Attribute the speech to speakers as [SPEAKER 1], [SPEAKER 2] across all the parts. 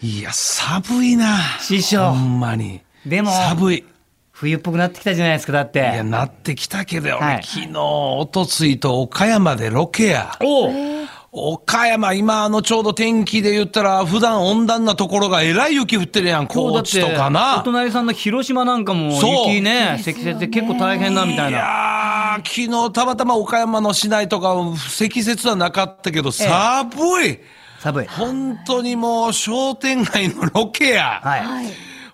[SPEAKER 1] いや、寒いな。
[SPEAKER 2] 師匠
[SPEAKER 1] ほんまに。
[SPEAKER 2] でも
[SPEAKER 1] 寒い。い
[SPEAKER 2] 冬っぽくなってきたじゃないですか、だって。
[SPEAKER 1] や、なってきたけど、俺
[SPEAKER 2] はい
[SPEAKER 1] 昨日、おとついと岡山でロケや。
[SPEAKER 2] おう
[SPEAKER 1] 岡山、今、あの、ちょうど天気で言ったら、普段温暖なところがえらい雪降ってるやん、高知とか
[SPEAKER 2] お
[SPEAKER 1] な。
[SPEAKER 2] 隣さんの広島なんかも
[SPEAKER 1] そう
[SPEAKER 2] 雪ね、積雪で結構大変だみたい
[SPEAKER 1] い
[SPEAKER 2] な。
[SPEAKER 1] やー、昨日、たまたま岡山の市内とか、積雪はなかったけど、寒い。
[SPEAKER 2] 寒い。
[SPEAKER 1] 本当にもう、商店街のロケや。
[SPEAKER 2] はい。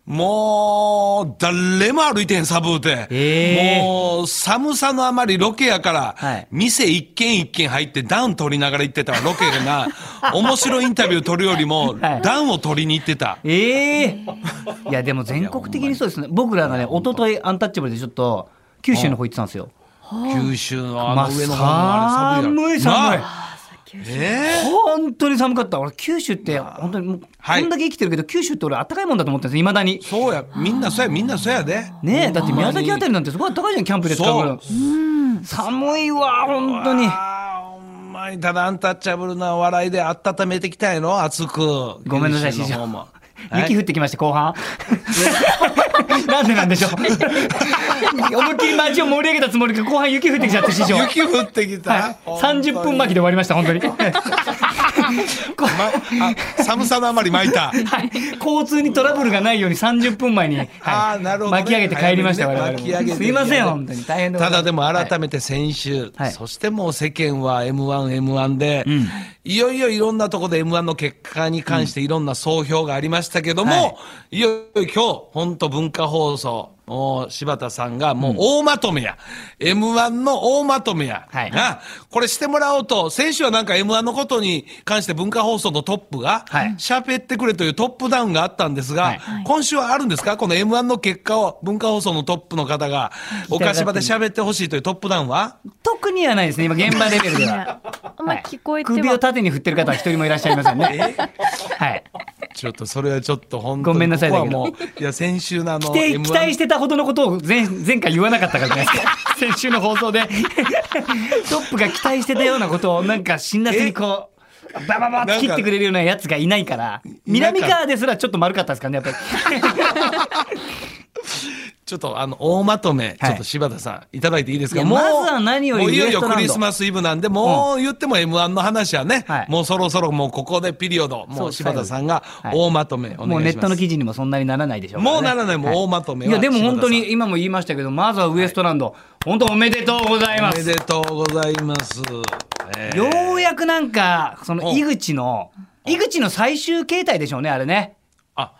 [SPEAKER 1] もう、誰も歩いてへん、寒うて。
[SPEAKER 2] ええ
[SPEAKER 1] もう、寒さのあまりロケやから、
[SPEAKER 2] はい
[SPEAKER 1] 店一軒一軒入ってダウン取りながら行ってたわ、ロケがな。 面白いインタビュー取るよりも、
[SPEAKER 2] はい
[SPEAKER 1] ダウンを取りに行ってた。
[SPEAKER 2] ええ いや、でも全国的にそうですね。僕らがね、一昨日アンタッチャブルでちょっと、九州の方行ってたんですよ。
[SPEAKER 1] 九州のあ
[SPEAKER 2] まあ、
[SPEAKER 1] の上の方のあれ寒い
[SPEAKER 2] 寒い
[SPEAKER 1] やろ
[SPEAKER 2] 寒い
[SPEAKER 1] な。ええ
[SPEAKER 2] 本当に寒かった。俺、九州って、本当にもう、
[SPEAKER 1] はい
[SPEAKER 2] こんだけ生きてるけど、九州って俺、暖かいもんだと思ってるんですいまだに。
[SPEAKER 1] そうや、みんなそうや、みんなそうやで。
[SPEAKER 2] ねえ、だって宮崎あたりなんてすごい暖かいじゃん、キャンプで使うぐらい。寒いわ、本当に。
[SPEAKER 1] あーほんまにただアンタッチャブルな笑いで温めてきたんやろ熱く
[SPEAKER 2] ごめんなさい、
[SPEAKER 1] 九
[SPEAKER 2] 師
[SPEAKER 1] 州の方
[SPEAKER 2] 匠
[SPEAKER 1] も。
[SPEAKER 2] 雪降ってきまして、後半。 なんでなんでしょう。思いっきり街を盛り上げたつもりが、後半雪降ってきちゃって、師匠。
[SPEAKER 1] 雪降ってき
[SPEAKER 2] はい
[SPEAKER 1] た、
[SPEAKER 2] 30分巻きで終わりまし た、本当に。
[SPEAKER 1] まあ寒さのあまり巻いた。
[SPEAKER 2] はい、交通にトラブルがないように30分前に、はい
[SPEAKER 1] あーなるほどね
[SPEAKER 2] 巻き上げて帰りました、
[SPEAKER 1] 早めにね巻き上
[SPEAKER 2] 我
[SPEAKER 1] げ
[SPEAKER 2] 々
[SPEAKER 1] て
[SPEAKER 2] すいません本当に大変でご
[SPEAKER 1] た
[SPEAKER 2] ざいま
[SPEAKER 1] だ
[SPEAKER 2] す
[SPEAKER 1] でも
[SPEAKER 2] は
[SPEAKER 1] 改
[SPEAKER 2] い
[SPEAKER 1] めて先週、
[SPEAKER 2] はい
[SPEAKER 1] そしてもう世間は m 1 m 1で、いよいよいろんなとこで m 1の結果に関していろんな総評がありましたけども、、
[SPEAKER 2] はい
[SPEAKER 1] よいよ今日本当文化放送もう柴田さんがもう大まとめや、m 1の大まとめや、
[SPEAKER 2] はい
[SPEAKER 1] なこれしてもらおうと先週はなんか m 1のことに関して文化放送のトップが
[SPEAKER 2] はい
[SPEAKER 1] 喋ってくれというトップダウンがあったんですが、
[SPEAKER 2] はい
[SPEAKER 1] 今週はあるんですかこの m 1の結果を文化放送のトップの方が
[SPEAKER 2] 聞きたが
[SPEAKER 1] 岡
[SPEAKER 2] ってる
[SPEAKER 1] 島で喋ってほしいというトップダウンは
[SPEAKER 2] 特にはないですね今現場レベルで
[SPEAKER 3] ね
[SPEAKER 2] は。
[SPEAKER 3] あんまり聞こえて
[SPEAKER 2] はい首
[SPEAKER 3] は
[SPEAKER 2] を縦に振ってる方は一人もいらっしゃいませ んね。はい。
[SPEAKER 1] ちょっとそれはちょっと本当に
[SPEAKER 2] ごめんなさい
[SPEAKER 1] こ
[SPEAKER 2] だ
[SPEAKER 1] こ
[SPEAKER 2] け
[SPEAKER 1] は
[SPEAKER 2] ど
[SPEAKER 1] もういや先週のあの
[SPEAKER 2] 期待
[SPEAKER 1] M1
[SPEAKER 2] 期待してたほどのことを前前回言わなかったからじゃないですか。 先週の放送 でトップが期待してたようなことをなんか辛辣にこう。バババッと切ってくれるようなやつがいないから南川ですらちょっと丸かったですからねやっぱり
[SPEAKER 1] ちょっとあの大まとめ、
[SPEAKER 2] はい
[SPEAKER 1] ちょっと柴田さんいただいていいですか
[SPEAKER 2] いやまずは何より
[SPEAKER 1] もういよい
[SPEAKER 2] ウエス
[SPEAKER 1] よ
[SPEAKER 2] トラン
[SPEAKER 1] ク
[SPEAKER 2] ド
[SPEAKER 1] リスマスイブなんでもう言っても m 1の話はね、
[SPEAKER 2] はい
[SPEAKER 1] もうそろそろもうここでピリオドも
[SPEAKER 2] そうう
[SPEAKER 1] 柴田さんが
[SPEAKER 2] はい
[SPEAKER 1] 大まとめお
[SPEAKER 2] もう
[SPEAKER 1] 願い
[SPEAKER 2] ネッ
[SPEAKER 1] し
[SPEAKER 2] ト
[SPEAKER 1] ま
[SPEAKER 2] の
[SPEAKER 1] す、
[SPEAKER 2] 記事にもそんなにならないでしょから
[SPEAKER 1] もうならないもう
[SPEAKER 2] は
[SPEAKER 1] 大まとめ
[SPEAKER 2] い
[SPEAKER 1] は
[SPEAKER 2] やでも本
[SPEAKER 1] 柴
[SPEAKER 2] 当
[SPEAKER 1] 田さん
[SPEAKER 2] に今も言いましたけどまずはウエストランド、本当おめでとうございま
[SPEAKER 1] おめ
[SPEAKER 2] す
[SPEAKER 1] でとうございます、えー
[SPEAKER 2] ようやくなんかその井口の井口の最終形態でしょうねあれね
[SPEAKER 1] あ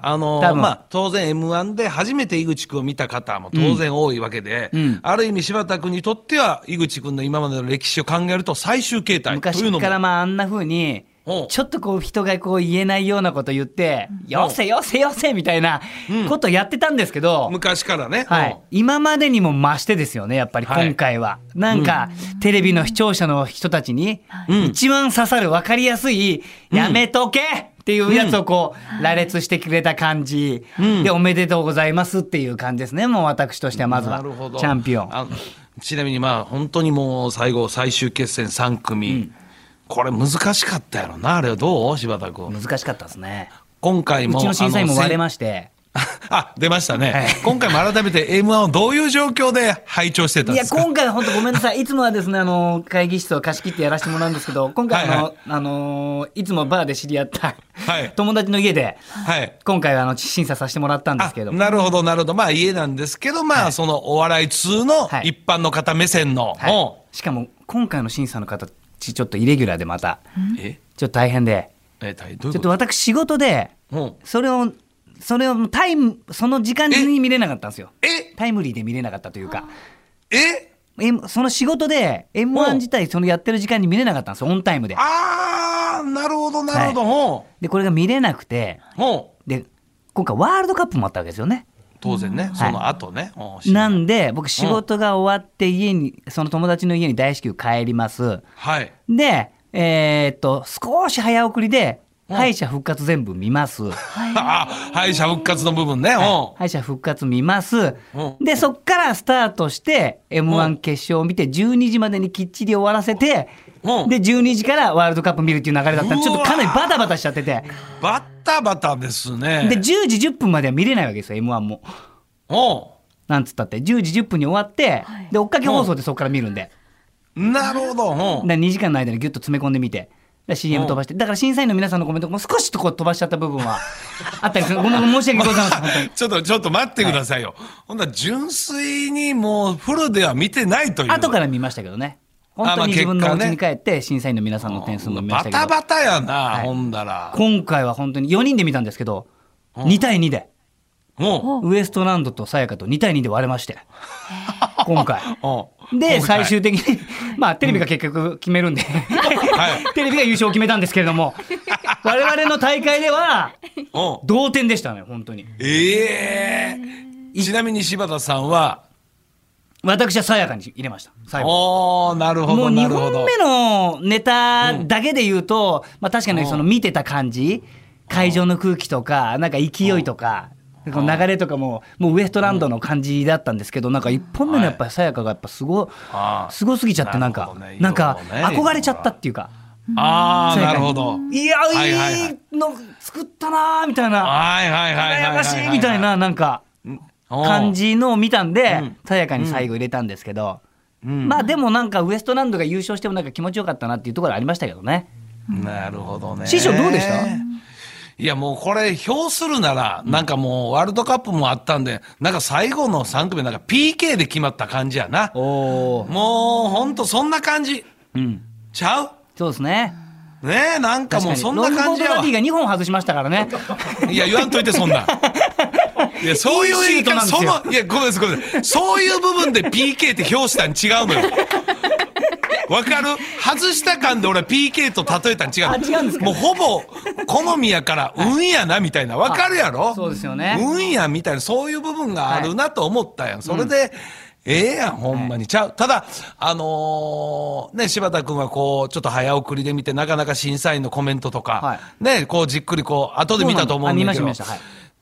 [SPEAKER 1] あのー
[SPEAKER 2] 多分
[SPEAKER 1] まあ、当然 m 1で初めて井口君を見た方も当然多いわけで、
[SPEAKER 2] うんうん
[SPEAKER 1] ある意味柴田君にとっては井口君の今までの歴史を考えると最終形態という
[SPEAKER 2] 昔
[SPEAKER 1] のも
[SPEAKER 2] からまああんな風に
[SPEAKER 1] うん
[SPEAKER 2] ちょっとこう人がこう言えないようなこと言って「よせよせよせ」みたいなことやってたんですけど、
[SPEAKER 1] 昔からね、
[SPEAKER 2] は
[SPEAKER 1] うん
[SPEAKER 2] い、今までにも増してですよねやっぱり
[SPEAKER 1] はい
[SPEAKER 2] 今回は、なんか、テレビの視聴者の人たちに
[SPEAKER 1] うん
[SPEAKER 2] 一番刺さる分かりやすい「やめとけ!」っていうやつをこう羅列してくれた感じ、
[SPEAKER 1] うん
[SPEAKER 2] でおめでとうございますっていう感じですねもう私としてはまずは
[SPEAKER 1] なるほど
[SPEAKER 2] チャンピオン。
[SPEAKER 1] あのちなみにまあ本当にもう最後最終決戦3組、これ難しかったやろなあれはどう柴田君
[SPEAKER 2] 難しかったですね
[SPEAKER 1] 今回
[SPEAKER 2] う
[SPEAKER 1] も
[SPEAKER 2] ちの審査員も割れ
[SPEAKER 1] ま
[SPEAKER 2] まして
[SPEAKER 1] あ出ましたね、
[SPEAKER 2] はい
[SPEAKER 1] 今回も改めて m 1をどういう状況で拝聴してたん
[SPEAKER 2] い
[SPEAKER 1] で
[SPEAKER 2] や
[SPEAKER 1] すか
[SPEAKER 2] 今回は本当ごめんなさいいつもはですねあの会議室を貸し切ってやらせてもらうんですけど今回あの、
[SPEAKER 1] はいはい
[SPEAKER 2] あのいつもバーで知り合った
[SPEAKER 1] はい
[SPEAKER 2] 友達の家で
[SPEAKER 1] はい
[SPEAKER 2] 今回はあの審査させてもらったんですけど
[SPEAKER 1] あなるほどなるほどまあ家なんですけどまあ、そのお笑い通の
[SPEAKER 2] はい
[SPEAKER 1] 一般の方目線の、
[SPEAKER 2] は
[SPEAKER 1] お
[SPEAKER 2] い、しかも今回の審査の形ちょっとイレギュラーでまた
[SPEAKER 1] うえ
[SPEAKER 2] ちょっと大変で
[SPEAKER 1] え大どう
[SPEAKER 2] ち
[SPEAKER 1] いう
[SPEAKER 2] ょっと
[SPEAKER 1] こ
[SPEAKER 2] 私仕事で
[SPEAKER 1] とうん
[SPEAKER 2] それをそれをタイムその時間に見れなかったんですよ
[SPEAKER 1] え
[SPEAKER 2] タイムリーで見れなかったというか
[SPEAKER 1] え
[SPEAKER 2] M- その仕事で m
[SPEAKER 1] お
[SPEAKER 2] 1自体そのやってる時間に見れなかったんですよオンタイムで
[SPEAKER 1] あーなるほどなるほど、ほ
[SPEAKER 2] でこれが見れなくて
[SPEAKER 1] うほう
[SPEAKER 2] で今回ワールドカップもあったわけですよね
[SPEAKER 1] 当然ね、その後ね、おう
[SPEAKER 2] なんで僕仕事が終わって家にその友達の家に大至急帰ります
[SPEAKER 1] はい
[SPEAKER 2] でえーっと少し早送りで敗者復活全部見ます。
[SPEAKER 1] あ敗者復活の部分ね。う
[SPEAKER 2] 敗者復活見ます
[SPEAKER 1] う。
[SPEAKER 2] で、そっからスタートして、M1 決勝を見て、12時までにきっちり終わらせて、
[SPEAKER 1] うん
[SPEAKER 2] で、12時からワールドカップ見るっていう流れだったんで、ちょっとかなりバタバタしちゃってて、
[SPEAKER 1] ん。バッタバタですね。
[SPEAKER 2] で、10時10分までは見れないわけですよ、M1 も。
[SPEAKER 1] お
[SPEAKER 2] なんつったって、10時10分に終わって、
[SPEAKER 3] い
[SPEAKER 2] で、追っかけ放送でそっから見るんで、
[SPEAKER 1] うなるほど。うん
[SPEAKER 2] だ2時間の間にギュッと詰め込んでみて、で CM 飛ばして、だから審査員の皆さんのコメントも少しとこう飛ばしちゃった部分は あったりする。ごめん、申し訳ございま せん、本当に。
[SPEAKER 1] ちょっと、ちょっと待ってくださいよ。ほんなら純粋にもうフルでは見てないという。
[SPEAKER 2] 後から見ましたけどね。本当に自分のお家に帰って、審査員の皆さんの点数も見ま
[SPEAKER 1] バ
[SPEAKER 2] したけ
[SPEAKER 1] タ
[SPEAKER 2] ど、
[SPEAKER 1] バタやな、
[SPEAKER 2] い
[SPEAKER 1] ほんだら。
[SPEAKER 2] 今回は本当に4人で見たんですけど、2対2で、
[SPEAKER 1] も
[SPEAKER 2] ウエストランドとさやかと2対2で割れまして、今回。
[SPEAKER 1] う。おう
[SPEAKER 2] で、
[SPEAKER 1] 今回
[SPEAKER 2] 最終的に、まあ、テレビが結局決めるんで、
[SPEAKER 1] い
[SPEAKER 2] テレビが優勝を決めたんですけれども、我々の大会では、
[SPEAKER 1] おう
[SPEAKER 2] 同点でしたね、本当に。
[SPEAKER 1] ええちなみに柴田さんは、
[SPEAKER 2] 私はさやかに入れました、最後。
[SPEAKER 1] おおなるほ
[SPEAKER 2] も
[SPEAKER 1] ど、
[SPEAKER 2] う
[SPEAKER 1] な
[SPEAKER 2] 2
[SPEAKER 1] るほ
[SPEAKER 2] 本
[SPEAKER 1] ど。
[SPEAKER 2] 目のネタだけで言うと、まあ確かにその見てた感じ、会場の空気とか、なんか勢いとか、この流れとかも、もうウエストランドの感じだったんですけど、なんか1本目のやっぱりさやかがやっぱすご
[SPEAKER 1] あ、あ
[SPEAKER 2] すごすぎちゃって、なん
[SPEAKER 1] なる
[SPEAKER 2] か
[SPEAKER 1] ほどね、
[SPEAKER 2] なんか
[SPEAKER 1] 色々ね
[SPEAKER 2] 憧れちゃったっていうか、
[SPEAKER 1] ああ、
[SPEAKER 2] さや
[SPEAKER 1] な
[SPEAKER 2] か
[SPEAKER 1] る
[SPEAKER 2] に
[SPEAKER 1] ほど。
[SPEAKER 2] いや、
[SPEAKER 1] はいはいはい
[SPEAKER 2] いいの作ったなーみたいな、
[SPEAKER 1] はいはいはいはいは
[SPEAKER 2] 羨
[SPEAKER 1] は。
[SPEAKER 2] ましいみたいな、なんか。
[SPEAKER 1] おう
[SPEAKER 2] 感。じのを見たんで
[SPEAKER 1] うん、
[SPEAKER 2] さやかに最後入れたんですけど、
[SPEAKER 1] うん
[SPEAKER 2] まあでもなんかウエストランドが優勝してもなんか気持ちよかったなっていうところありましたけどね。
[SPEAKER 1] なるほどね。
[SPEAKER 2] 師匠どうでした
[SPEAKER 1] いやもうこれ、表するなら、なんかもうワールドカップもあったんで、なんか最後の3組、なんか PK で決まった感じやな。
[SPEAKER 2] おー
[SPEAKER 1] もうほんとそんな感じ。
[SPEAKER 2] うん、
[SPEAKER 1] ちゃう
[SPEAKER 2] そうですね。
[SPEAKER 1] ねえ、なんかも
[SPEAKER 2] 確か
[SPEAKER 1] う
[SPEAKER 2] に
[SPEAKER 1] そ
[SPEAKER 2] ロン
[SPEAKER 1] ん
[SPEAKER 2] グコ
[SPEAKER 1] な感
[SPEAKER 2] ー
[SPEAKER 1] じ
[SPEAKER 2] ト
[SPEAKER 1] や
[SPEAKER 2] ダ
[SPEAKER 1] わ
[SPEAKER 2] ディ。が2本外しましたからね。
[SPEAKER 1] いや、言わんといて、そん なん。いや、そういう
[SPEAKER 2] い
[SPEAKER 1] 言い
[SPEAKER 2] いシュートな
[SPEAKER 1] 方、
[SPEAKER 2] んですよ
[SPEAKER 1] その、いや、ごめんなさい、ごめんなさい。そういう部分で PK って表したん違うのよ。わかる外した感で俺は PK と例えたん違うの
[SPEAKER 2] あ違うんですか
[SPEAKER 1] もうほぼ好みやから運やなみたいなわかるやろ
[SPEAKER 2] そうですよね
[SPEAKER 1] 運やみたいなそういう部分があるなと思ったやんそれで、ええやんほんまにちゃうただあのーね柴田君はこうちょっと早送りで見てなかなか審査員のコメントとか、
[SPEAKER 2] は
[SPEAKER 1] ねこうじっくりこう後で見たと思うんだけど
[SPEAKER 2] あ見ました見まし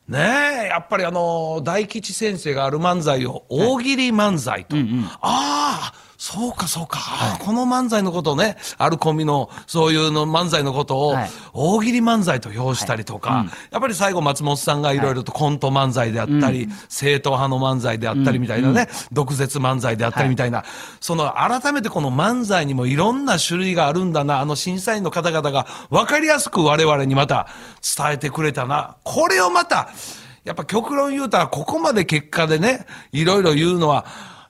[SPEAKER 2] た
[SPEAKER 1] ねえやっぱりあの大吉先生がある漫才を大喜利漫才と、ああそうかそうか、ああこの漫才のことをねアルコミのそういうの漫才のことを
[SPEAKER 2] はい
[SPEAKER 1] 大喜利漫才と評したりとか、やっぱり最後松本さんがいろいろとコント漫才であったり、正統派の漫才であったりみたいなね、毒舌漫才であったりみたいな、その改めてこの漫才にもいろんな種類があるんだなあの審査員の方々が分かりやすく我々にまた伝えてくれたなこれをまたやっぱ極論言うたらここまで結果でねいろいろ言うのは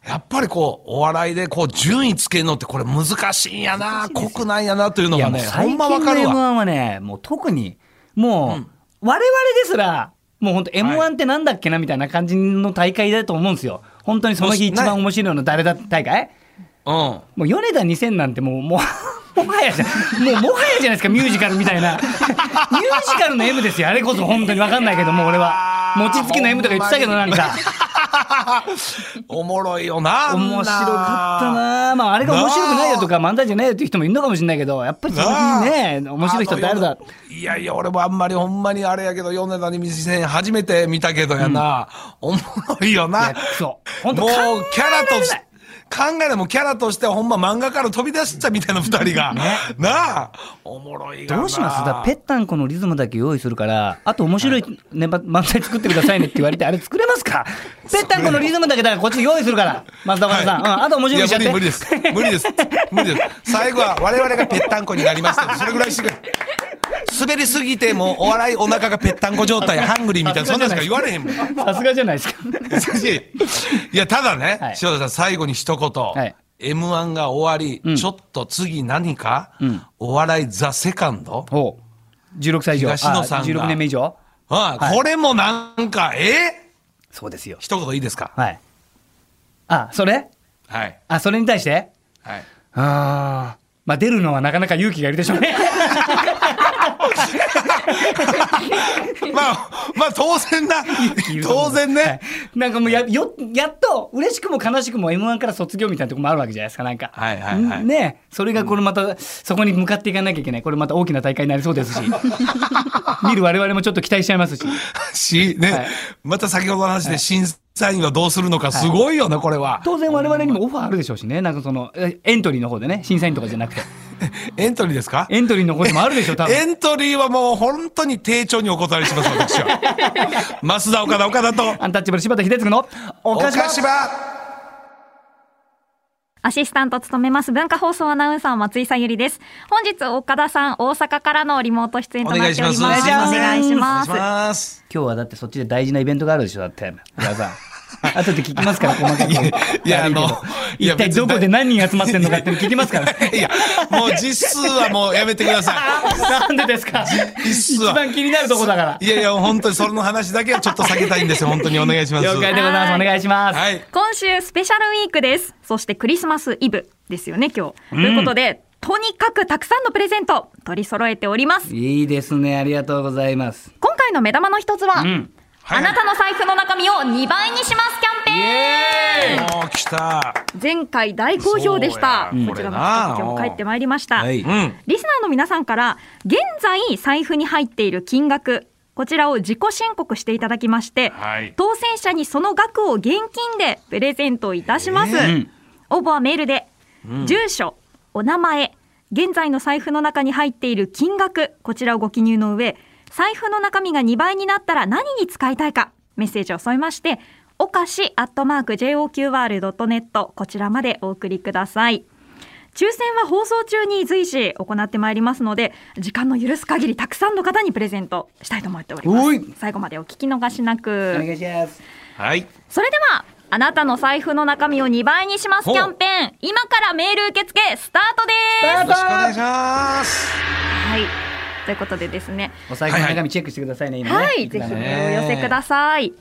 [SPEAKER 1] やっぱりこうお笑いでこう順位つけるのってこれ難しいんやな濃くないんやなというの
[SPEAKER 2] い
[SPEAKER 1] が
[SPEAKER 2] やもう
[SPEAKER 1] ねほ
[SPEAKER 2] 最
[SPEAKER 1] ん
[SPEAKER 2] 近
[SPEAKER 1] ま
[SPEAKER 2] の
[SPEAKER 1] 分かる
[SPEAKER 2] M1
[SPEAKER 1] わ。
[SPEAKER 2] はね、もう特に、もう、我々ですら、もう本当 M1 ってなんだっけなみたいな感じの大会だと思うんですよ。本当にその日一番面白いの誰だ大会
[SPEAKER 1] うん
[SPEAKER 2] もう米田2000なんてもう、もう、 もはやじゃ、もうもはやじゃないですか、ミュージカルみたいな。 ミュージカルの M ですよ、あれこそ本当にわかんないけども、俺は。餅つきの M とか言ってたけど、なんか。
[SPEAKER 1] おもろいよな。
[SPEAKER 2] 面白かったなまあ、あれが面白くないよとか、漫才じゃないよっていう人もいるのかもしれないけど、やっぱりその
[SPEAKER 1] なあ
[SPEAKER 2] 日ね、面白い人ってあるだ。
[SPEAKER 1] あのいやいや、俺もあんまりほんまにあれやけど、米田に水線初めて見たけどやな。おもろいよ
[SPEAKER 2] い
[SPEAKER 1] な
[SPEAKER 2] や。そう。本当
[SPEAKER 1] もう
[SPEAKER 2] 考
[SPEAKER 1] キャラと
[SPEAKER 2] え
[SPEAKER 1] し
[SPEAKER 2] られない
[SPEAKER 1] 考えないもうキャラとしてほんま漫画から飛び出したみたいな二人が、なあおもろいがな
[SPEAKER 2] どうしますだからぺったんこのリズムだけ用意するから、あと面白い、ねま漫才作ってくださいねって言われて、あれ作れますかぺったんこのリズムだけだからこっち用意するから、松田岡田さん。うん、あと面白いにしちゃ
[SPEAKER 1] い
[SPEAKER 2] って。
[SPEAKER 1] や無理無理です無理です無理です最後は我々がぺったんこになりましたそれぐらいしてくれ滑りすぎてもうお笑いお腹がぺったんこ状態ハングリーみたいなそんなんしか言われへんもん
[SPEAKER 2] さすがじゃないですか。
[SPEAKER 1] 優しい。いや、ただね、
[SPEAKER 2] はい
[SPEAKER 1] 塩田さん、最後に一言。
[SPEAKER 2] い
[SPEAKER 1] M1 が終わり、
[SPEAKER 2] うん
[SPEAKER 1] ちょっと次何か、
[SPEAKER 2] ん
[SPEAKER 1] お笑いザ・セカンド、
[SPEAKER 2] ほう。16歳以上。
[SPEAKER 1] 東野さんが
[SPEAKER 2] あ16年目以上
[SPEAKER 1] あ
[SPEAKER 2] はい
[SPEAKER 1] これもなんか、え
[SPEAKER 2] そうですよ。
[SPEAKER 1] 一言いいですか
[SPEAKER 2] はい。あ、それ
[SPEAKER 1] はい。
[SPEAKER 2] あ、それに対して
[SPEAKER 1] はい。
[SPEAKER 2] ああ。まあ出るのはなかなか勇気がいるでしょうね。
[SPEAKER 1] まあ、まあ当当然だ当然ね。
[SPEAKER 2] なんかもうやよやっと嬉しくも悲しくも m 1から卒業みたいなとこもあるわけじゃないですかなんか、
[SPEAKER 1] はいはいはい
[SPEAKER 2] んねそれがこれまた、そこに向かっていかなきゃいけないこれまた大きな大会になりそ うですし見る我々もちょっと期待しちゃいますし
[SPEAKER 1] し、ね、
[SPEAKER 2] はい
[SPEAKER 1] また先ほどの話で審査員はどうするのか、すごいよね、これ は。
[SPEAKER 2] 当然我々にもオファーあるでしょうしねなんかそのえエントリーの方でね審査員とかじゃなくて
[SPEAKER 1] エントリーですか
[SPEAKER 2] エントリーの方でもあるでし ょう多
[SPEAKER 1] エ
[SPEAKER 2] 分
[SPEAKER 1] ントリーはもう本当に丁重にお断りします、私は。増田岡田岡田と、
[SPEAKER 2] アンタッチャブル柴田秀嗣のおかし
[SPEAKER 1] 岡
[SPEAKER 2] ば
[SPEAKER 1] 島。
[SPEAKER 3] アシスタントを務めます文化放送アナウンサー松井さゆりです。本日岡田さん大阪からのリモート出演となっております。
[SPEAKER 1] お願いします
[SPEAKER 3] お願いします
[SPEAKER 1] お願いします。
[SPEAKER 2] 今日はだってそっちで大事なイベントがあるでしょだって矢沢 さん後で聞きますから細かく
[SPEAKER 1] いやあのいや
[SPEAKER 2] 一体どこで何人集まってんのかって聞きますから
[SPEAKER 1] いや、もう実数はもうやめてくださ
[SPEAKER 2] なんでですか
[SPEAKER 1] い。実
[SPEAKER 2] 一
[SPEAKER 1] 数は。
[SPEAKER 2] 番気になるとこだから
[SPEAKER 1] いやいや、本当にその話だけはちょっと避けたいんですよ。本当にお願いします。
[SPEAKER 2] 了解でございますお願いします、
[SPEAKER 1] はい。
[SPEAKER 3] 今週スペシャルウィークです。そしてクリスマスイブですよね、今日。ということで、とにかくたくさんのプレゼント取り揃えております。
[SPEAKER 2] いいですねありがとうございます
[SPEAKER 3] 今回の目玉の一つは、
[SPEAKER 2] うん
[SPEAKER 1] はい
[SPEAKER 3] あなたの財布の中身を2倍にしますキャンペーン
[SPEAKER 1] もう来た。
[SPEAKER 3] 前回大好評でした。
[SPEAKER 1] そうや
[SPEAKER 3] こちらも
[SPEAKER 1] これな
[SPEAKER 3] 今日も帰ってまいりました。
[SPEAKER 2] はい
[SPEAKER 1] うん。
[SPEAKER 3] リスナーの皆さんから現在財布に入っている金額こちらを自己申告していただきまして、
[SPEAKER 1] はい
[SPEAKER 3] 当選者にその額を現金でプレゼントいたします、
[SPEAKER 2] ー
[SPEAKER 3] 応募はメールで、住所お名前現在の財布の中に入っている金額こちらをご記入の上財布の中身が2倍になったら何に使いたいかメッセージを添えましておかし JOQR.net こちらまでお送りください抽選は放送中に随時行ってまいりますので時間の許す限りたくさんの方にプレゼントしたいと思っておりま
[SPEAKER 2] おい
[SPEAKER 3] す最後までお聞き逃しなく
[SPEAKER 2] お願いします
[SPEAKER 1] はい。
[SPEAKER 3] それではあなたの財布の中身を2倍にします
[SPEAKER 1] ほう
[SPEAKER 3] キャンペーン今からメール受付スタート
[SPEAKER 1] よ
[SPEAKER 3] で
[SPEAKER 1] ろ
[SPEAKER 3] す
[SPEAKER 1] しくお願いします。
[SPEAKER 3] はいということでですね
[SPEAKER 2] お財布の中身チェックしてくださいね、今ね
[SPEAKER 3] はい、ぜ
[SPEAKER 2] く
[SPEAKER 3] ひ
[SPEAKER 2] らな
[SPEAKER 3] お
[SPEAKER 2] のか
[SPEAKER 3] 寄せください。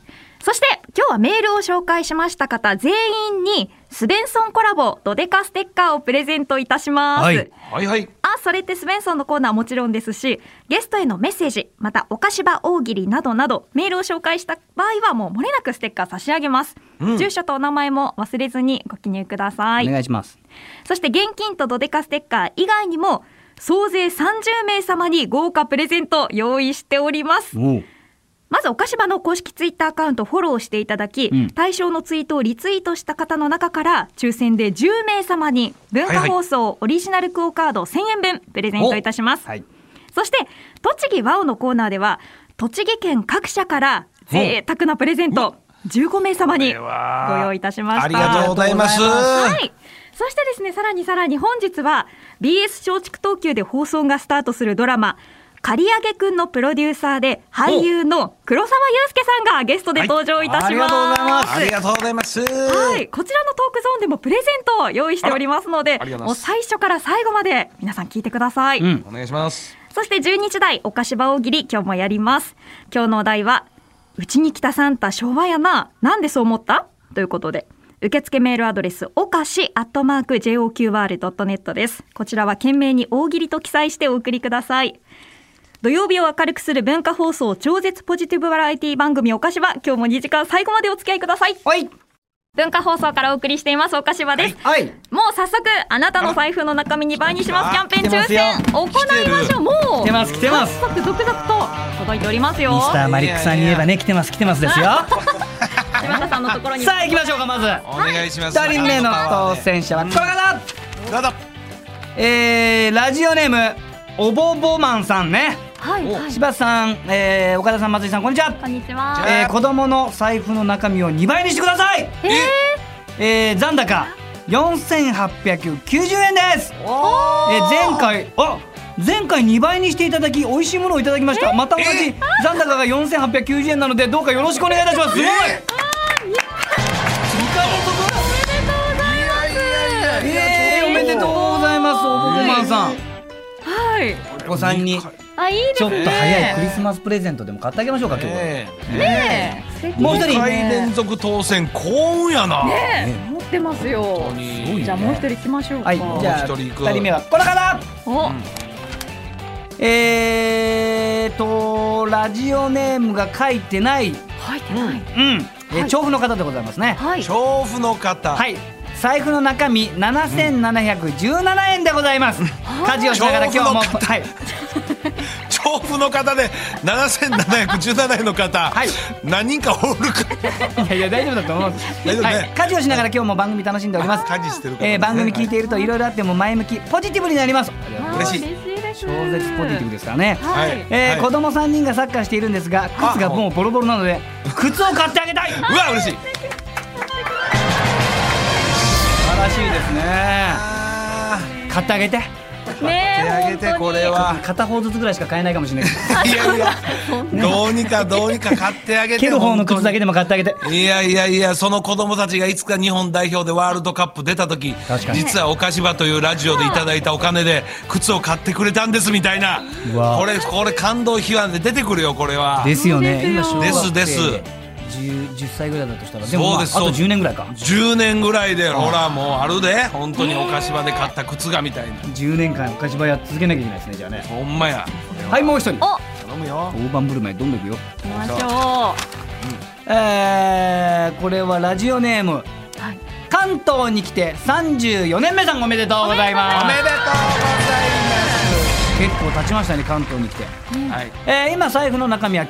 [SPEAKER 3] そして今日はメールを紹介しました方全員にスベンソンコラボドデカステッカーをプレゼントいたします。
[SPEAKER 2] はい
[SPEAKER 1] はいはい。
[SPEAKER 3] あ、それってスベンソンのコーナーもちろんですし、ゲストへのメッセージ、またお菓子場大喜利などなど、メールを紹介した場合はもう漏れなくステッカー差し上げます。
[SPEAKER 1] うん
[SPEAKER 3] 住所とお名前も忘れずにご記入ください
[SPEAKER 2] お。願いします
[SPEAKER 3] そして現金とドデカステッカー以外にも、総勢30名様に豪華プレゼントを用意しております。
[SPEAKER 2] おう
[SPEAKER 3] まず、おかしばの公式ツイッターアカウントをフォローしていただき、
[SPEAKER 2] うん
[SPEAKER 3] 対象のツイートをリツイートした方の中から、抽選で10名様に、文化放送オリジナルクオカード1000円分プレゼントいたします。
[SPEAKER 2] はい
[SPEAKER 3] そして、栃木ワオのコーナーでは、栃木県各社から贅沢なプレゼント、15名様に
[SPEAKER 1] これ
[SPEAKER 3] ご
[SPEAKER 1] は
[SPEAKER 3] 用意いたしました。
[SPEAKER 1] ありがとうございます。
[SPEAKER 3] はい。そしてですね、さらにさらに本日は BS 松竹東急で放送がスタートするドラマ、刈り上げくんのプロデューサーで俳優の黒沢祐介さんがゲストで登場いたします。
[SPEAKER 2] はいありがとうございます
[SPEAKER 1] ありがとうございます。
[SPEAKER 3] はい、こちらのトークゾーンでもプレゼントを用意しておりますの
[SPEAKER 1] あ
[SPEAKER 3] で
[SPEAKER 1] らありがとう
[SPEAKER 3] も
[SPEAKER 1] ご
[SPEAKER 3] う
[SPEAKER 1] ざ
[SPEAKER 3] 最初から最後まで皆さん聞いてください、
[SPEAKER 2] うん
[SPEAKER 1] お願いします。
[SPEAKER 3] そして12時台お菓子場大喜利今日もやります今日のお題はうちに来たサンタ昭和やななんでそう思ったということで受付メールアドレスおかし JOQR.net ですこちらは懸命に大喜利と記載してお送りください土曜日を明るくする文化放送超絶ポジティブバラエティ番組おかしば今日も2時間最後までお付き合いください
[SPEAKER 2] はい
[SPEAKER 3] 文化放送からお送りしていますおかしばです、
[SPEAKER 2] はい
[SPEAKER 3] もう早速あなたの財布の中身2倍にしますキャンペーン抽選行いましょうもう
[SPEAKER 2] 来てます来てます
[SPEAKER 3] 早速続々と届いておりますよ
[SPEAKER 2] ミスターマリックさんに言えばね来てます来てますですよさ
[SPEAKER 3] 柴田さんのところに
[SPEAKER 2] あ行きましょうかまず
[SPEAKER 1] お願いします。
[SPEAKER 2] 2人目の当選者はこの方
[SPEAKER 1] どうぞ。
[SPEAKER 2] えー、ラジオネームおぼぼマンさんね
[SPEAKER 3] はいはい
[SPEAKER 2] 柴田さん、えー、岡田さん松井さんこんにちは
[SPEAKER 3] こんにちは
[SPEAKER 2] えー、子供の財布の中身を2倍にしてください
[SPEAKER 3] えー、
[SPEAKER 2] えー、残高4890円ですえー、前回あ前回2倍にしていただき美味しいものをいただきましたまた同じ残高が4890円なのでどうかよろしくお願いいたしますすごいえー、おめでとうございますおぼぼマンさん
[SPEAKER 3] はい
[SPEAKER 2] お子さんに
[SPEAKER 3] あいいです
[SPEAKER 2] ちょっ
[SPEAKER 3] ね
[SPEAKER 2] と早いクリスマスプレゼントでも買ってあげましょうか今日は、
[SPEAKER 1] ね
[SPEAKER 3] ねえ素敵
[SPEAKER 2] もう一人
[SPEAKER 1] 二回連続当選幸運やな。
[SPEAKER 3] ねえ持ってますよ
[SPEAKER 1] 本当に
[SPEAKER 3] じゃあもう一人行きましょうか
[SPEAKER 2] はい、じゃあ
[SPEAKER 1] もう一人行く
[SPEAKER 2] 二人目はこの方
[SPEAKER 3] お、
[SPEAKER 2] えーとラジオネームが書いてない、うん
[SPEAKER 3] 入ってない。
[SPEAKER 2] えー調布の方でございますね。
[SPEAKER 3] はい。
[SPEAKER 1] 調布の方、
[SPEAKER 2] はい。財布の中身七千七百十七円でございます。家事をしながら今日も
[SPEAKER 1] 調布の方
[SPEAKER 2] はい
[SPEAKER 1] 調布の方で7717円の方、
[SPEAKER 2] はい
[SPEAKER 1] 何人かおるか
[SPEAKER 2] いやいや大丈夫だと思う。
[SPEAKER 1] 大丈夫ね
[SPEAKER 2] はい。家事をしながら今日も番組楽しんでおります。
[SPEAKER 1] 家事してるからね
[SPEAKER 2] えー番組聞いているといろいろあっても前向きポジティブになります。
[SPEAKER 1] 嬉しい
[SPEAKER 3] です。
[SPEAKER 2] 超絶ポジティブですからね。
[SPEAKER 1] は
[SPEAKER 3] はいい。
[SPEAKER 2] えー
[SPEAKER 1] はい
[SPEAKER 2] 子供3人がサッカーしているんですが靴がもうボロボロなので靴を買ってあげ たい素
[SPEAKER 1] うわ嬉しい
[SPEAKER 2] 晴らしいですね
[SPEAKER 1] あ
[SPEAKER 2] 買ってあげて
[SPEAKER 1] ー
[SPEAKER 3] ね
[SPEAKER 1] 手あげてこれは
[SPEAKER 2] 片方ずつぐらいしか買えないか もしれないけど
[SPEAKER 1] いやいやどうにかどうにか買ってあげて
[SPEAKER 2] 蹴る方の靴だけでも買ってあげて
[SPEAKER 1] いやいやいや、その子供たちがいつか日本代表でワールドカップ出た時
[SPEAKER 2] 確かに
[SPEAKER 1] 実はお菓子場というラジオでいただいたお金で靴を買ってくれたんですみたいな
[SPEAKER 2] うわ。
[SPEAKER 1] これ、これ感動秘話で出てくるよ、これは。
[SPEAKER 2] ですよね
[SPEAKER 3] そう
[SPEAKER 1] ですよです
[SPEAKER 2] 今小学生
[SPEAKER 1] です
[SPEAKER 2] 10, 10歳ぐらいだとしたらでも、まあ、
[SPEAKER 1] そう
[SPEAKER 2] あ
[SPEAKER 1] で
[SPEAKER 2] と
[SPEAKER 1] すそう
[SPEAKER 2] 10年ぐらいか
[SPEAKER 1] 10年ぐらいで、ほら、もうあるで、本当にお菓子場で買った靴がみたいな。
[SPEAKER 2] 10年間お菓子場やっ続けなきゃいけないですねじゃあね
[SPEAKER 1] ほんまや。
[SPEAKER 2] はいもう一人
[SPEAKER 3] お、行
[SPEAKER 1] 頼むよ。
[SPEAKER 2] 大盤振る舞いどんどんいくよ
[SPEAKER 3] きましょ
[SPEAKER 2] えー、これはラジオネーム
[SPEAKER 3] う。はい。
[SPEAKER 2] 関東に来て34年目さんおめでとうございます
[SPEAKER 1] おめでとうございます。
[SPEAKER 2] 結構経ちましたね関東に来て、
[SPEAKER 1] はい。
[SPEAKER 2] えー今財布の中身は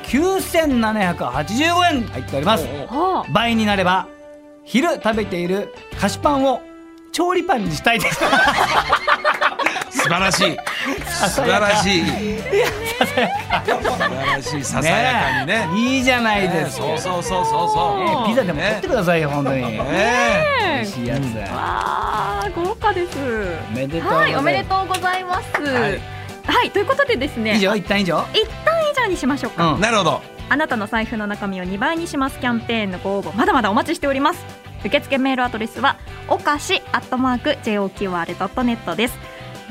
[SPEAKER 2] 9785円入っております
[SPEAKER 1] おうおう
[SPEAKER 3] お、
[SPEAKER 2] 倍になれば昼食べている菓子パンを調理パンにしたいです
[SPEAKER 1] 素晴らしい。素晴らしい。素晴らしい、ささやかにね。
[SPEAKER 2] いいじゃない
[SPEAKER 1] ね
[SPEAKER 2] ですか、
[SPEAKER 1] そうそうそうそうそう。
[SPEAKER 2] ねピザでも買ってくださいよ、本当に
[SPEAKER 1] ね
[SPEAKER 2] 美味しいやつ
[SPEAKER 3] ああ、豪華です。
[SPEAKER 2] おめでとうござ
[SPEAKER 3] はいい、
[SPEAKER 2] ます
[SPEAKER 3] おめでとうございます。
[SPEAKER 1] はい
[SPEAKER 3] はい、ということでですね。
[SPEAKER 2] 以上一旦以上
[SPEAKER 3] 一旦以上にしましょうか。
[SPEAKER 2] うん
[SPEAKER 1] なるほど。
[SPEAKER 3] あなたの財布の中身を2倍にしますキャンペーンのご応募まだまだお待ちしております受付メールアドレスはおかしアットマーク JOQR.net です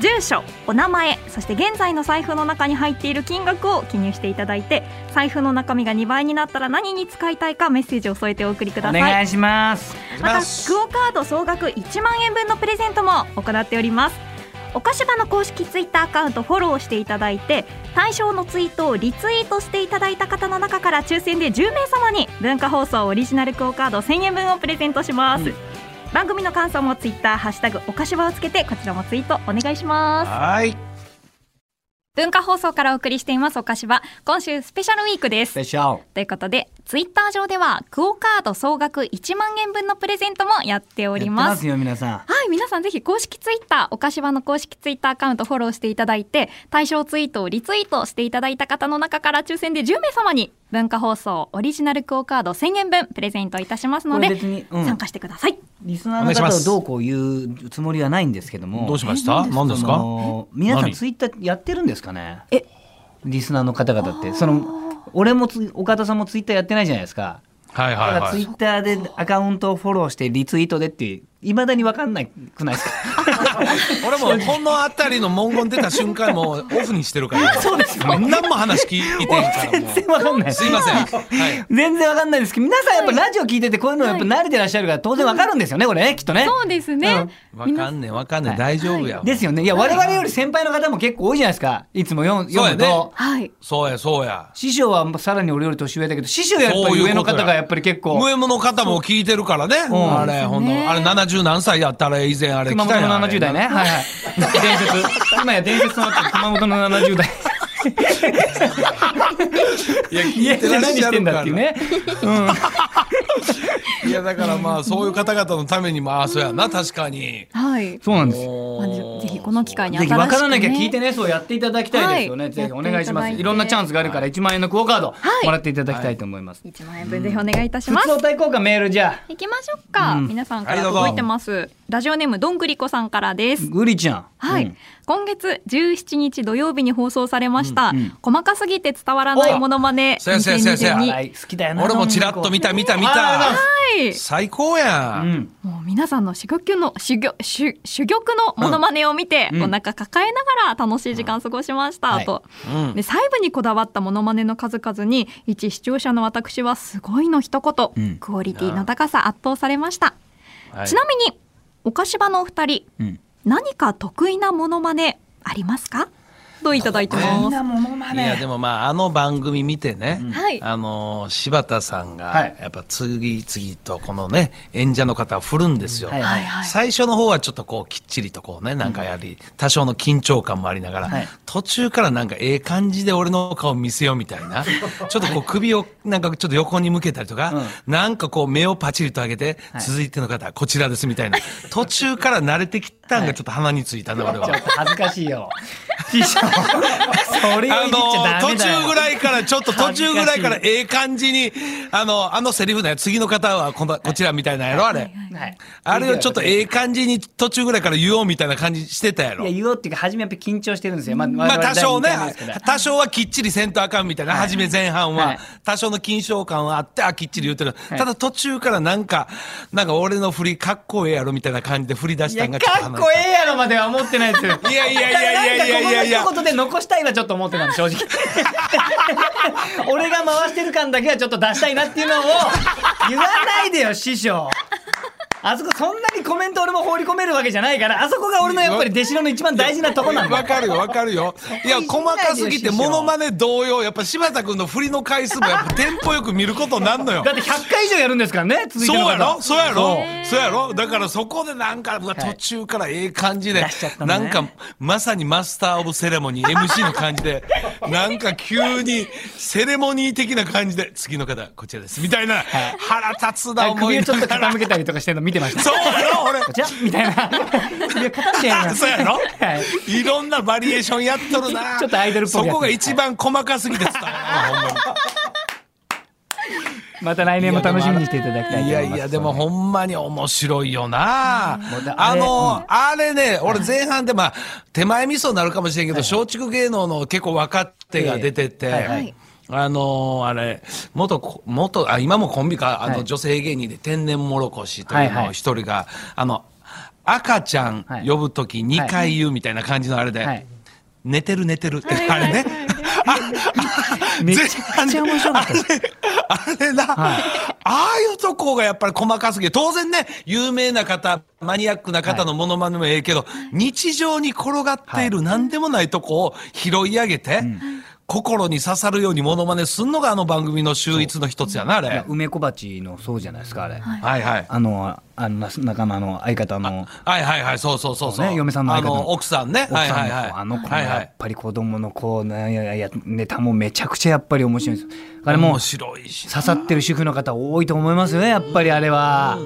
[SPEAKER 3] 住所お名前そして現在の財布の中に入っている金額を記入していただいて財布の中身が2倍になったら何に使いたいかメッセージを添えてお送りくだ
[SPEAKER 2] お
[SPEAKER 3] さい
[SPEAKER 2] 願いします
[SPEAKER 3] またクオ・カード総額1万円分のプレゼントも行っておりますお菓子場の公式ツイッターアカウントフォローしていただいて対象のツイートをリツイートしていただいた方の中から抽選で10名様に文化放送オリジナルクオ・カード1000円分をプレゼントします、番組の感想もツイッターハッシュタグお菓子場をつけてこちらもツイートお願いします
[SPEAKER 1] はい。
[SPEAKER 3] 文化放送からお送りしていますお菓子場今週スペシャルウィークです
[SPEAKER 2] スペシャル
[SPEAKER 3] ということでツイッター上ではクオカード総額1万円分のプレゼントもやっており
[SPEAKER 2] やって
[SPEAKER 3] ま
[SPEAKER 2] ますすよ皆さん
[SPEAKER 3] はい、皆さんぜひ公式ツイッター、おかしばの公式ツイッターアカウントフォローしていただいて、対象ツイートをリツイートしていただいた方の中から抽選で10名様に、文化放送オリジナルクオカード1000円分プレゼントいたしますの
[SPEAKER 2] こ
[SPEAKER 3] で
[SPEAKER 2] れ別に、うん
[SPEAKER 3] 参加してください。
[SPEAKER 2] リスナ
[SPEAKER 1] お
[SPEAKER 2] ー
[SPEAKER 1] 願
[SPEAKER 2] の
[SPEAKER 1] いしま
[SPEAKER 2] 方
[SPEAKER 1] す
[SPEAKER 2] をどうこう言うつもりはないんですけども
[SPEAKER 1] どうしました何です
[SPEAKER 2] そ
[SPEAKER 1] か
[SPEAKER 2] の皆さん
[SPEAKER 1] 何
[SPEAKER 2] ツイッターやってるんですかね
[SPEAKER 3] え
[SPEAKER 2] リスナーの方々ってその俺もつ岡田さんもツイッターやってないじゃないですか
[SPEAKER 1] はい
[SPEAKER 2] だ
[SPEAKER 1] は
[SPEAKER 2] か
[SPEAKER 1] い
[SPEAKER 2] ら
[SPEAKER 1] は
[SPEAKER 2] ツイ
[SPEAKER 1] い。
[SPEAKER 2] ッターでアカウントをフォローしてリツイートでっていまだに分かんないくないで すか
[SPEAKER 1] 俺もこのあたりの文言出た瞬間もうオフにしてるから。そうですよ。何も話聞いていいからも
[SPEAKER 2] 全然分かんな
[SPEAKER 1] う。
[SPEAKER 2] い
[SPEAKER 1] すいません。はい。
[SPEAKER 2] 全然分かんないですけど皆さんやっぱラジオ聞いててこういうのやっぱ慣れてらっしゃるから当然分かるんですよねこれねきっとね
[SPEAKER 3] そうですね。
[SPEAKER 1] わかんねえわかんねえ大丈夫や。
[SPEAKER 2] ですよねいや我々より先輩の方も結構多いじゃないですかいつも読む
[SPEAKER 1] そうや
[SPEAKER 2] 読
[SPEAKER 1] ね
[SPEAKER 2] むと。
[SPEAKER 3] はい。
[SPEAKER 1] そうやそうや。
[SPEAKER 2] 師匠はさらに俺より年上だけど師匠やっぱり上の方がやっぱり結構
[SPEAKER 1] 上の方も聞いてるからね。
[SPEAKER 2] ん
[SPEAKER 1] あれほんとあれ七十何歳やったら以前あれ
[SPEAKER 2] 熊
[SPEAKER 1] 来
[SPEAKER 2] 本
[SPEAKER 1] たやん
[SPEAKER 2] の
[SPEAKER 1] あれ
[SPEAKER 2] 70代ねはい はい伝説今や伝説となってる熊本の70代
[SPEAKER 1] いや聞
[SPEAKER 2] 家
[SPEAKER 1] いて
[SPEAKER 2] で
[SPEAKER 1] らっ
[SPEAKER 2] 何
[SPEAKER 1] し
[SPEAKER 2] し
[SPEAKER 1] ゃ
[SPEAKER 2] て
[SPEAKER 1] る
[SPEAKER 2] ん
[SPEAKER 1] か
[SPEAKER 2] だ
[SPEAKER 1] ら
[SPEAKER 2] っていう。ね
[SPEAKER 1] いやだからまあそういう方々のためにもああそうやな確かに。
[SPEAKER 3] はい。
[SPEAKER 2] そうなんですよ
[SPEAKER 1] お
[SPEAKER 3] まあ
[SPEAKER 1] ー
[SPEAKER 3] ぜひこの機会に
[SPEAKER 2] ぜひ
[SPEAKER 3] 新しく、ね、
[SPEAKER 2] 分からなきゃ聞いてねそうやっていただきたいですよね、
[SPEAKER 3] はい
[SPEAKER 2] ぜひお願いしま
[SPEAKER 3] や
[SPEAKER 2] す
[SPEAKER 3] っていただいて
[SPEAKER 2] いろんなチャンスがあるから1万円のクオカードもらっていただきたいと思います、
[SPEAKER 3] 1万円分ぜひお願いいたしま
[SPEAKER 2] 普
[SPEAKER 3] す
[SPEAKER 2] 通。お対抗かメールじゃあ
[SPEAKER 3] 行きましょうか、皆さんから届いてます、ラジオネームどんぐりこさんからです
[SPEAKER 2] グリちゃん
[SPEAKER 3] はい、
[SPEAKER 2] うん
[SPEAKER 3] 今月17日土曜日に放送されました、細かすぎて伝わらな
[SPEAKER 2] お
[SPEAKER 3] いものまね
[SPEAKER 1] そうやそうやそうやそうや
[SPEAKER 2] あ
[SPEAKER 3] 2022
[SPEAKER 2] ら
[SPEAKER 3] は
[SPEAKER 2] 好きだよな
[SPEAKER 1] 俺もちらっと見た見た見
[SPEAKER 2] あ
[SPEAKER 1] た。
[SPEAKER 3] い
[SPEAKER 1] 最高や。
[SPEAKER 2] うんん
[SPEAKER 3] もう皆さんの珠玉の珠玉珠珠玉のものまねを見て、
[SPEAKER 2] ん
[SPEAKER 3] お腹抱えながら楽しい時間過ごしました、
[SPEAKER 2] うん
[SPEAKER 3] と、
[SPEAKER 1] うん
[SPEAKER 3] で細部にこだわったものまねの数々に一視聴者の私はすごいの一言、
[SPEAKER 2] うん
[SPEAKER 3] クオリティの高さ圧倒されました、
[SPEAKER 1] はい
[SPEAKER 3] ちなみにお菓子場のお二人
[SPEAKER 2] うん
[SPEAKER 3] 何か得意なものまねありますかといただいて
[SPEAKER 2] こん
[SPEAKER 3] ます
[SPEAKER 2] なものま
[SPEAKER 1] いや
[SPEAKER 2] ね
[SPEAKER 1] でもまああの番組見てね、
[SPEAKER 3] はい
[SPEAKER 1] あのー柴田さん
[SPEAKER 2] は
[SPEAKER 1] が
[SPEAKER 2] い
[SPEAKER 1] やっぱ次々とこのね演者の方を振るんですよ、
[SPEAKER 2] はいはい
[SPEAKER 1] 最初の方はちょっとこうきっちりとこうねなんかやり多少の緊張感もありながら、
[SPEAKER 2] はい
[SPEAKER 1] 途中からなんかええ感じで俺の顔見せようみたい なちょっとこう首をなんかちょっと横に向けたりとか、なんかこう目をパチリと上げて、
[SPEAKER 2] はい
[SPEAKER 1] 続いての方はこちらですみたいな途中から慣れてきたんがちょっと鼻についたんだ俺 は
[SPEAKER 2] ちょっ。と恥ずかしいよ。師 匠、それを
[SPEAKER 1] あ
[SPEAKER 2] いじっちゃ
[SPEAKER 1] の
[SPEAKER 2] ダメ
[SPEAKER 1] 途
[SPEAKER 2] だよ。
[SPEAKER 1] 中ぐらいからちょっと途中ぐらいから
[SPEAKER 2] 恥
[SPEAKER 1] ええ感じにあのあのセリフだよ次の方はこんなこちらみたいなんやろあれ
[SPEAKER 2] はい
[SPEAKER 1] あれをちょっとええ感じに途中ぐらいから言おうみたいな感じしてたや
[SPEAKER 2] い
[SPEAKER 1] ろ
[SPEAKER 2] や、言おうっていうか、初めやっぱ緊張してるんですよ。まあ、
[SPEAKER 1] まあ多少ね
[SPEAKER 2] 我々第二回目ですから
[SPEAKER 1] 多少はきっちりせんとあかんみたいな初め前半
[SPEAKER 2] はい
[SPEAKER 1] は多少の緊張感はあってあきっちり言ってるただ途中からなんかなんか俺の振りかっこええやろみたいな感じで振り出し
[SPEAKER 2] い
[SPEAKER 1] た
[SPEAKER 2] や、
[SPEAKER 1] ん
[SPEAKER 2] か
[SPEAKER 1] がちょっと
[SPEAKER 2] っ
[SPEAKER 1] 離れ
[SPEAKER 2] こ
[SPEAKER 1] た
[SPEAKER 2] ええやろまでは思ってないですよ。
[SPEAKER 1] いやいやいやいやいやいやいや
[SPEAKER 2] なんかこの一言で残したいはちょっと思ってたの、正直。俺が回してる感だけはちょっと出したいなっていうのを言わないでよ、師匠。あそこそんなにコメント俺も放り込めるわけじゃないから、あそこが俺のやっぱり弟子の一番大事なとこなんだ
[SPEAKER 1] わ
[SPEAKER 2] よ。
[SPEAKER 1] かるよわかるよいや細かすぎてモノマネ同様やっぱ柴田君の振りの回数もやっぱテンポよく見ることになんのよ
[SPEAKER 2] だって100回以上やるんですからね、続い
[SPEAKER 1] そ
[SPEAKER 2] て
[SPEAKER 1] う
[SPEAKER 2] の方
[SPEAKER 1] やろそうやろそうやろだからそこでなんかうわ途中からええ感じで、
[SPEAKER 2] 出しちゃったの
[SPEAKER 1] な
[SPEAKER 2] ね
[SPEAKER 1] んかまさにマスター・オブ・セレモニー MC の感じ でなんか急にセレモニー的な感じで次の方こちらですみたいな腹立つな思
[SPEAKER 2] 首
[SPEAKER 1] い
[SPEAKER 2] を
[SPEAKER 1] な
[SPEAKER 2] ちょっと
[SPEAKER 1] がら
[SPEAKER 2] 傾けたりとかしてるの見てました。
[SPEAKER 1] そうやろ俺
[SPEAKER 2] こちらみたいな。首を傾け たり
[SPEAKER 1] そうやろ、
[SPEAKER 2] はい
[SPEAKER 1] い、ろんなバリエーションやっとるな
[SPEAKER 2] ちょっとアイドルっぽいやつ
[SPEAKER 1] そこが一番細かすぎて伝わらないほんま
[SPEAKER 2] また来年も楽しみにしていただきたい
[SPEAKER 1] にい
[SPEAKER 2] と
[SPEAKER 1] や
[SPEAKER 2] 思います。
[SPEAKER 1] いやでもほんまに面白いよな、
[SPEAKER 2] もうだ
[SPEAKER 1] あのあれね俺前半でまあ手前味噌になるかもしれんけど松竹芸能の結構若手が出てて、
[SPEAKER 2] ええはいはい
[SPEAKER 1] あのあれ元こ元あ今もコンビかあ
[SPEAKER 2] は
[SPEAKER 1] の
[SPEAKER 2] い
[SPEAKER 1] 女性芸人で天然もろこしというのを一人が、あの赤ちゃん呼ぶとき2回言うみたいな感じのあれで、
[SPEAKER 2] はい
[SPEAKER 1] 寝てる寝てるって、 あれね。
[SPEAKER 2] めちゃくちゃ面白かった です。
[SPEAKER 1] あれな、ああいうとこがやっぱり細かすぎて、当然ね、有名な方、マニアックな方のモノマネもええけど、日常に転がっている何でもないとこを拾い上げて、心に刺さるようにモノマネすんのがあの番組の秀逸の一つやな、あれ。
[SPEAKER 2] いや梅小鉢のそうじゃないですかあれ、
[SPEAKER 1] はいはい。
[SPEAKER 2] あのあのな仲間の相方の
[SPEAKER 1] はいはいはい、そうそうそうそう。
[SPEAKER 2] ね嫁さんの
[SPEAKER 1] あ
[SPEAKER 2] 相方
[SPEAKER 1] の、奥さんね。
[SPEAKER 2] 奥
[SPEAKER 1] はい
[SPEAKER 2] さ
[SPEAKER 1] は
[SPEAKER 2] ん
[SPEAKER 1] い
[SPEAKER 2] の
[SPEAKER 1] はい。
[SPEAKER 2] 子あの子も
[SPEAKER 1] はいは
[SPEAKER 2] や
[SPEAKER 1] い
[SPEAKER 2] っ。ぱり子供の子なんややネタもめちゃくちゃやっぱり面白いんですよあれも
[SPEAKER 1] 面
[SPEAKER 2] 刺
[SPEAKER 1] 白いし。
[SPEAKER 2] さってる主婦の方多いと思いますよねやっぱりあれは。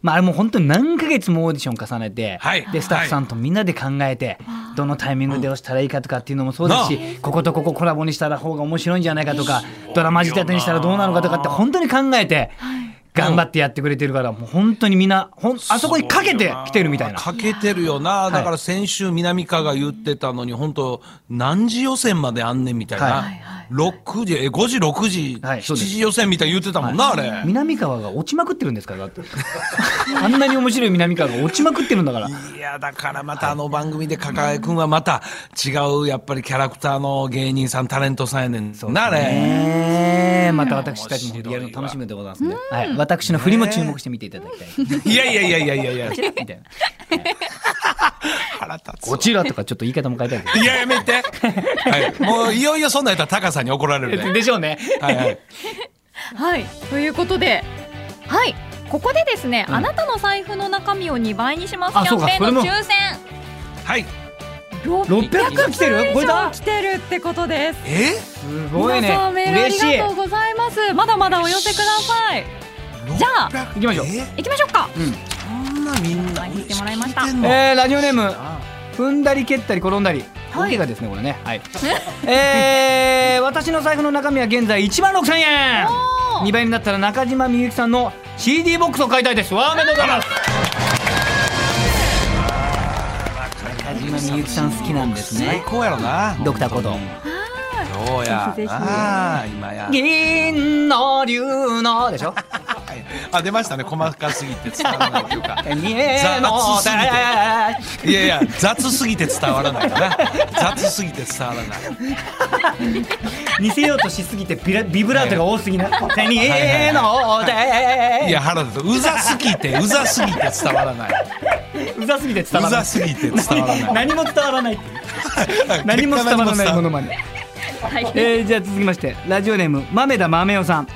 [SPEAKER 2] まあ、あれも本当に何ヶ月もオーディション重ねて、
[SPEAKER 1] はい
[SPEAKER 2] でスタッフさんとみんなで考えて、どのタイミングで押したらいいかとかっていうのもそうですし、こことここコラボにしたら方が面白いんじゃないかとかドラマ仕立てにしたらどうなのかとかって本当に考えて頑張ってやってくれてるからもう本当にみんなほんあそこにかけてきてるみたいな。
[SPEAKER 1] かけてるよな、だから先週、南川が言ってたのに、本当、何時予選まであんねんみたいな、
[SPEAKER 2] はい
[SPEAKER 1] 6時、え5時、6時、
[SPEAKER 2] はいそ
[SPEAKER 1] 7
[SPEAKER 2] うです
[SPEAKER 1] 時予選みたいに言ってたもんな、あれ。
[SPEAKER 2] 南川が落ちまくってるんですからだって あんなに面白い南川が落ちまくってるんだから
[SPEAKER 1] いや、だからまたあの番組で、かかえ君はまた違う、やっぱりキャラクターの芸人さん、タレントさんやねんな、あれ。
[SPEAKER 2] ねえまた私たちもやるの楽しみでございますね、はい、私の振りも注目して見ていただきたい
[SPEAKER 1] いやいやいやいやいやいや、
[SPEAKER 2] みたいな
[SPEAKER 1] 腹立つ
[SPEAKER 2] こ
[SPEAKER 1] わ。
[SPEAKER 2] ちらとかちょっと言い方も変えたいけ
[SPEAKER 1] いや、やめ て。はい、もう、いよいよそんなんやったら、高さんに怒られる
[SPEAKER 2] ど
[SPEAKER 1] ね。
[SPEAKER 2] でしょうね
[SPEAKER 1] はいはい。
[SPEAKER 3] はいということではいここでですね、
[SPEAKER 2] うん
[SPEAKER 3] あなたの財布の中身を2倍にします
[SPEAKER 2] あ
[SPEAKER 3] キャンペ
[SPEAKER 2] そうかそ
[SPEAKER 3] ー
[SPEAKER 2] れ
[SPEAKER 3] ン
[SPEAKER 2] も
[SPEAKER 3] の抽選
[SPEAKER 1] はい。
[SPEAKER 2] 600
[SPEAKER 3] 600
[SPEAKER 2] 来てる
[SPEAKER 3] 通以
[SPEAKER 2] 超えた
[SPEAKER 3] 上来てるってことです
[SPEAKER 1] え
[SPEAKER 2] すごいね
[SPEAKER 3] 皆さんメールあ
[SPEAKER 2] 嬉しい
[SPEAKER 3] りがとうございますまだまだお寄せくださいじゃあ
[SPEAKER 1] 行
[SPEAKER 2] きましょう
[SPEAKER 1] え
[SPEAKER 3] 行きましょうか
[SPEAKER 1] こんなみんな
[SPEAKER 3] はい聞いてもらいました
[SPEAKER 1] 聞いてんの
[SPEAKER 2] えー、ラジオネーム踏んだり蹴ったり転んだり
[SPEAKER 3] はい
[SPEAKER 2] 大怪我ですねこれねはいえー、私の財布の中身は現在1万6000円
[SPEAKER 3] おー
[SPEAKER 2] 2倍になったら中島みゆきさんの CD ボックスを買いたいですわーおめでとうございます中島みゆきさん好きなんです
[SPEAKER 1] 最高やろな
[SPEAKER 2] ドクターコード
[SPEAKER 1] どうや
[SPEAKER 3] ぜひぜひ
[SPEAKER 1] あー今や
[SPEAKER 2] 銀の竜の でしょ
[SPEAKER 1] はいあ出ましたね細かすぎて伝わらないというか
[SPEAKER 2] 見えの
[SPEAKER 1] 雑いやいや雑すぎて伝わらないかな雑すぎて伝わらない
[SPEAKER 2] 見せようとしすぎてビラビブラートが多すぎな「見えので」
[SPEAKER 1] いや腹立つうざすぎてうざすぎて伝わらない
[SPEAKER 2] うざすぎて伝わらな
[SPEAKER 1] ざ
[SPEAKER 2] い
[SPEAKER 1] すぎて伝わらない。
[SPEAKER 2] 何も伝わらない 何も伝わらないものまね
[SPEAKER 3] はい
[SPEAKER 2] えー、じゃあ続きましてラジオネーム豆田豆代さん、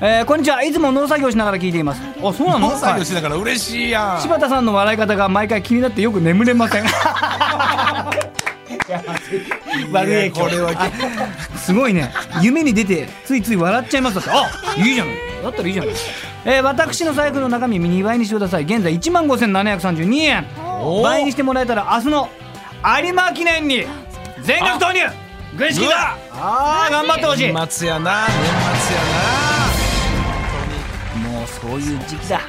[SPEAKER 2] えーこんにちはいつも農作業しながら聞いていますあそうなの
[SPEAKER 1] 農作
[SPEAKER 2] は
[SPEAKER 1] 業
[SPEAKER 2] い
[SPEAKER 1] しながら嬉しいやん。
[SPEAKER 2] 柴田さんの笑い方が毎回気になってよく眠れま せん 悪い影響
[SPEAKER 1] これは
[SPEAKER 2] すごいね夢に出てついつい笑っちゃいますだってあいいじゃないだったらいいじゃない、えー私の財布の中身2倍にしてください現在1万5732円
[SPEAKER 1] おー
[SPEAKER 2] 倍にしてもらえたら明日の有馬記念に全額投入軍資金だあー頑張ってほしいも
[SPEAKER 1] 年末やな。年末や
[SPEAKER 2] うそういう時期だ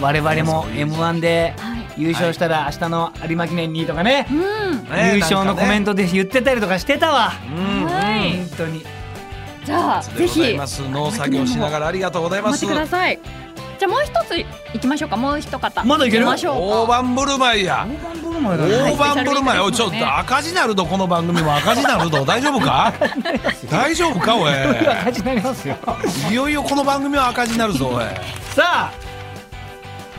[SPEAKER 2] 我々も m 1で優勝したら明日の有馬記念にとかね
[SPEAKER 1] な。ね
[SPEAKER 2] 優勝のコメン
[SPEAKER 1] ト。
[SPEAKER 2] トで言ってたりとかしてたわ
[SPEAKER 3] はい
[SPEAKER 2] 本当に
[SPEAKER 3] じゃあ
[SPEAKER 1] で
[SPEAKER 3] ぜ
[SPEAKER 1] ござい
[SPEAKER 3] ひ
[SPEAKER 1] ます。農作業しながらありがとうござい
[SPEAKER 3] 頑
[SPEAKER 1] ま
[SPEAKER 3] 張っ
[SPEAKER 1] す
[SPEAKER 3] てく。ださいじゃあもう一つ行きましょうかもう一方
[SPEAKER 2] まだいける
[SPEAKER 3] 行きましょうか
[SPEAKER 1] 大盤振る舞いや。大盤振る舞い。おいちょっと赤字なるどこの番組も赤字なるど大丈夫か？大丈夫かおい。
[SPEAKER 2] 赤字になりますよ
[SPEAKER 1] いよいよこの番組は赤字になるぞおい。
[SPEAKER 2] さあ、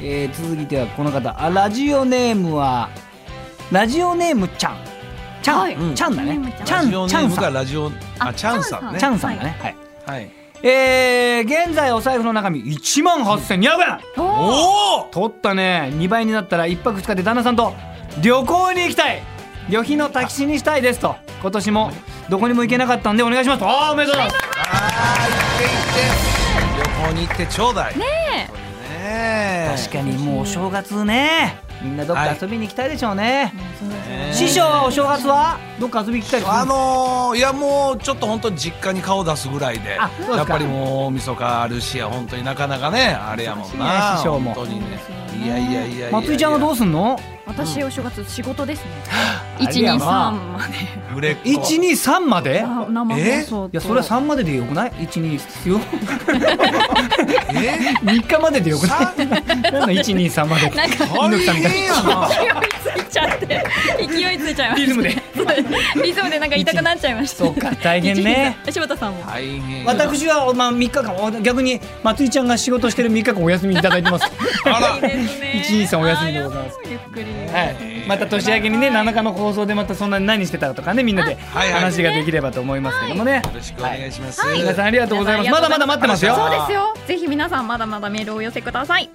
[SPEAKER 2] えー続いてはこの方あラジオネームはラジオネームちゃんちゃん、
[SPEAKER 3] はい
[SPEAKER 2] うんちゃんだ
[SPEAKER 3] ラジオネ
[SPEAKER 2] ね
[SPEAKER 3] ーム
[SPEAKER 2] ちゃ
[SPEAKER 1] ラ
[SPEAKER 2] ん
[SPEAKER 1] ジオ
[SPEAKER 2] ち
[SPEAKER 1] ネ
[SPEAKER 2] ゃ
[SPEAKER 1] ー
[SPEAKER 2] ん
[SPEAKER 1] ム
[SPEAKER 2] さ
[SPEAKER 1] が
[SPEAKER 2] ん
[SPEAKER 1] ラジオあチャンさんね
[SPEAKER 2] ち。ゃんさんだねはい、
[SPEAKER 1] はい。
[SPEAKER 2] えー現在お財布の中身1万8200円
[SPEAKER 3] おー
[SPEAKER 1] おお。
[SPEAKER 2] 取ったね2倍になったら1泊2日で旦那さんと旅行に行きたい旅費の炊きしにしたいですと今年もどこにも行けなかったんでお願いしますとああおめでとうございます
[SPEAKER 1] あー行って行って旅行に行ってちょうだい。ねえ。
[SPEAKER 2] 確かにもうお正月ねみんなどっか遊びに行きたいでしょう
[SPEAKER 1] ね
[SPEAKER 2] ね、
[SPEAKER 1] え
[SPEAKER 2] 師匠はお正月はどっか遊びに行きたいです
[SPEAKER 1] あのーいやもうちょっと本当に実家に顔出すぐらいで
[SPEAKER 2] あそうですか
[SPEAKER 1] やっぱりもう大晦日あるし本当になかなかねあれやもん
[SPEAKER 2] 難しい
[SPEAKER 1] な
[SPEAKER 2] ね師匠も
[SPEAKER 1] 本当にねいやいやいやいや
[SPEAKER 2] 松井ちゃんはどうすんの
[SPEAKER 3] 私お正月仕事ですね
[SPEAKER 2] ありや
[SPEAKER 3] 123
[SPEAKER 2] な
[SPEAKER 3] まで
[SPEAKER 1] 売れっ子
[SPEAKER 2] 123まで
[SPEAKER 3] あ生
[SPEAKER 1] え
[SPEAKER 3] 放送と
[SPEAKER 2] いやそれは3まででよくない123よ
[SPEAKER 1] え
[SPEAKER 2] 3日まででよく ない
[SPEAKER 1] さ
[SPEAKER 2] なんだ123までって
[SPEAKER 3] なんか
[SPEAKER 1] 大
[SPEAKER 2] 猪木さんみたい
[SPEAKER 1] 変や な
[SPEAKER 3] 勢いついちゃって勢いついちゃいました
[SPEAKER 2] リズムで
[SPEAKER 3] そうリズムでなんか痛くなっちゃいました
[SPEAKER 2] そうか大変ね
[SPEAKER 3] 柴田さんも
[SPEAKER 1] 大変やな
[SPEAKER 2] 私は、まあ、3日間お逆に松井ちゃんが仕事してる3日間お休みいただい てます
[SPEAKER 1] あら
[SPEAKER 3] いいですね
[SPEAKER 2] 123お休みでございます
[SPEAKER 3] あーゆっくり
[SPEAKER 2] はい、また年明けにね7日の放送でまたそんなに何してたとかねみんなで
[SPEAKER 1] いはい
[SPEAKER 2] 話ができればと思いますけどもね
[SPEAKER 1] よろしくお願いします、
[SPEAKER 2] 皆さんありがとうございます
[SPEAKER 3] 皆
[SPEAKER 2] ま
[SPEAKER 3] さん
[SPEAKER 2] だ
[SPEAKER 3] あり
[SPEAKER 2] まだ待
[SPEAKER 3] がとう
[SPEAKER 2] ってますよ
[SPEAKER 3] そうですよぜひ皆さんまだまだメールをお寄せください